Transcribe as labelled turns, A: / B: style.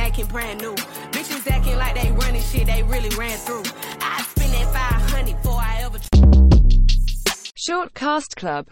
A: acting brand new. Bitches acting like they running shit they really ran through. I spend that 500 before I ever.
B: Short Cast Club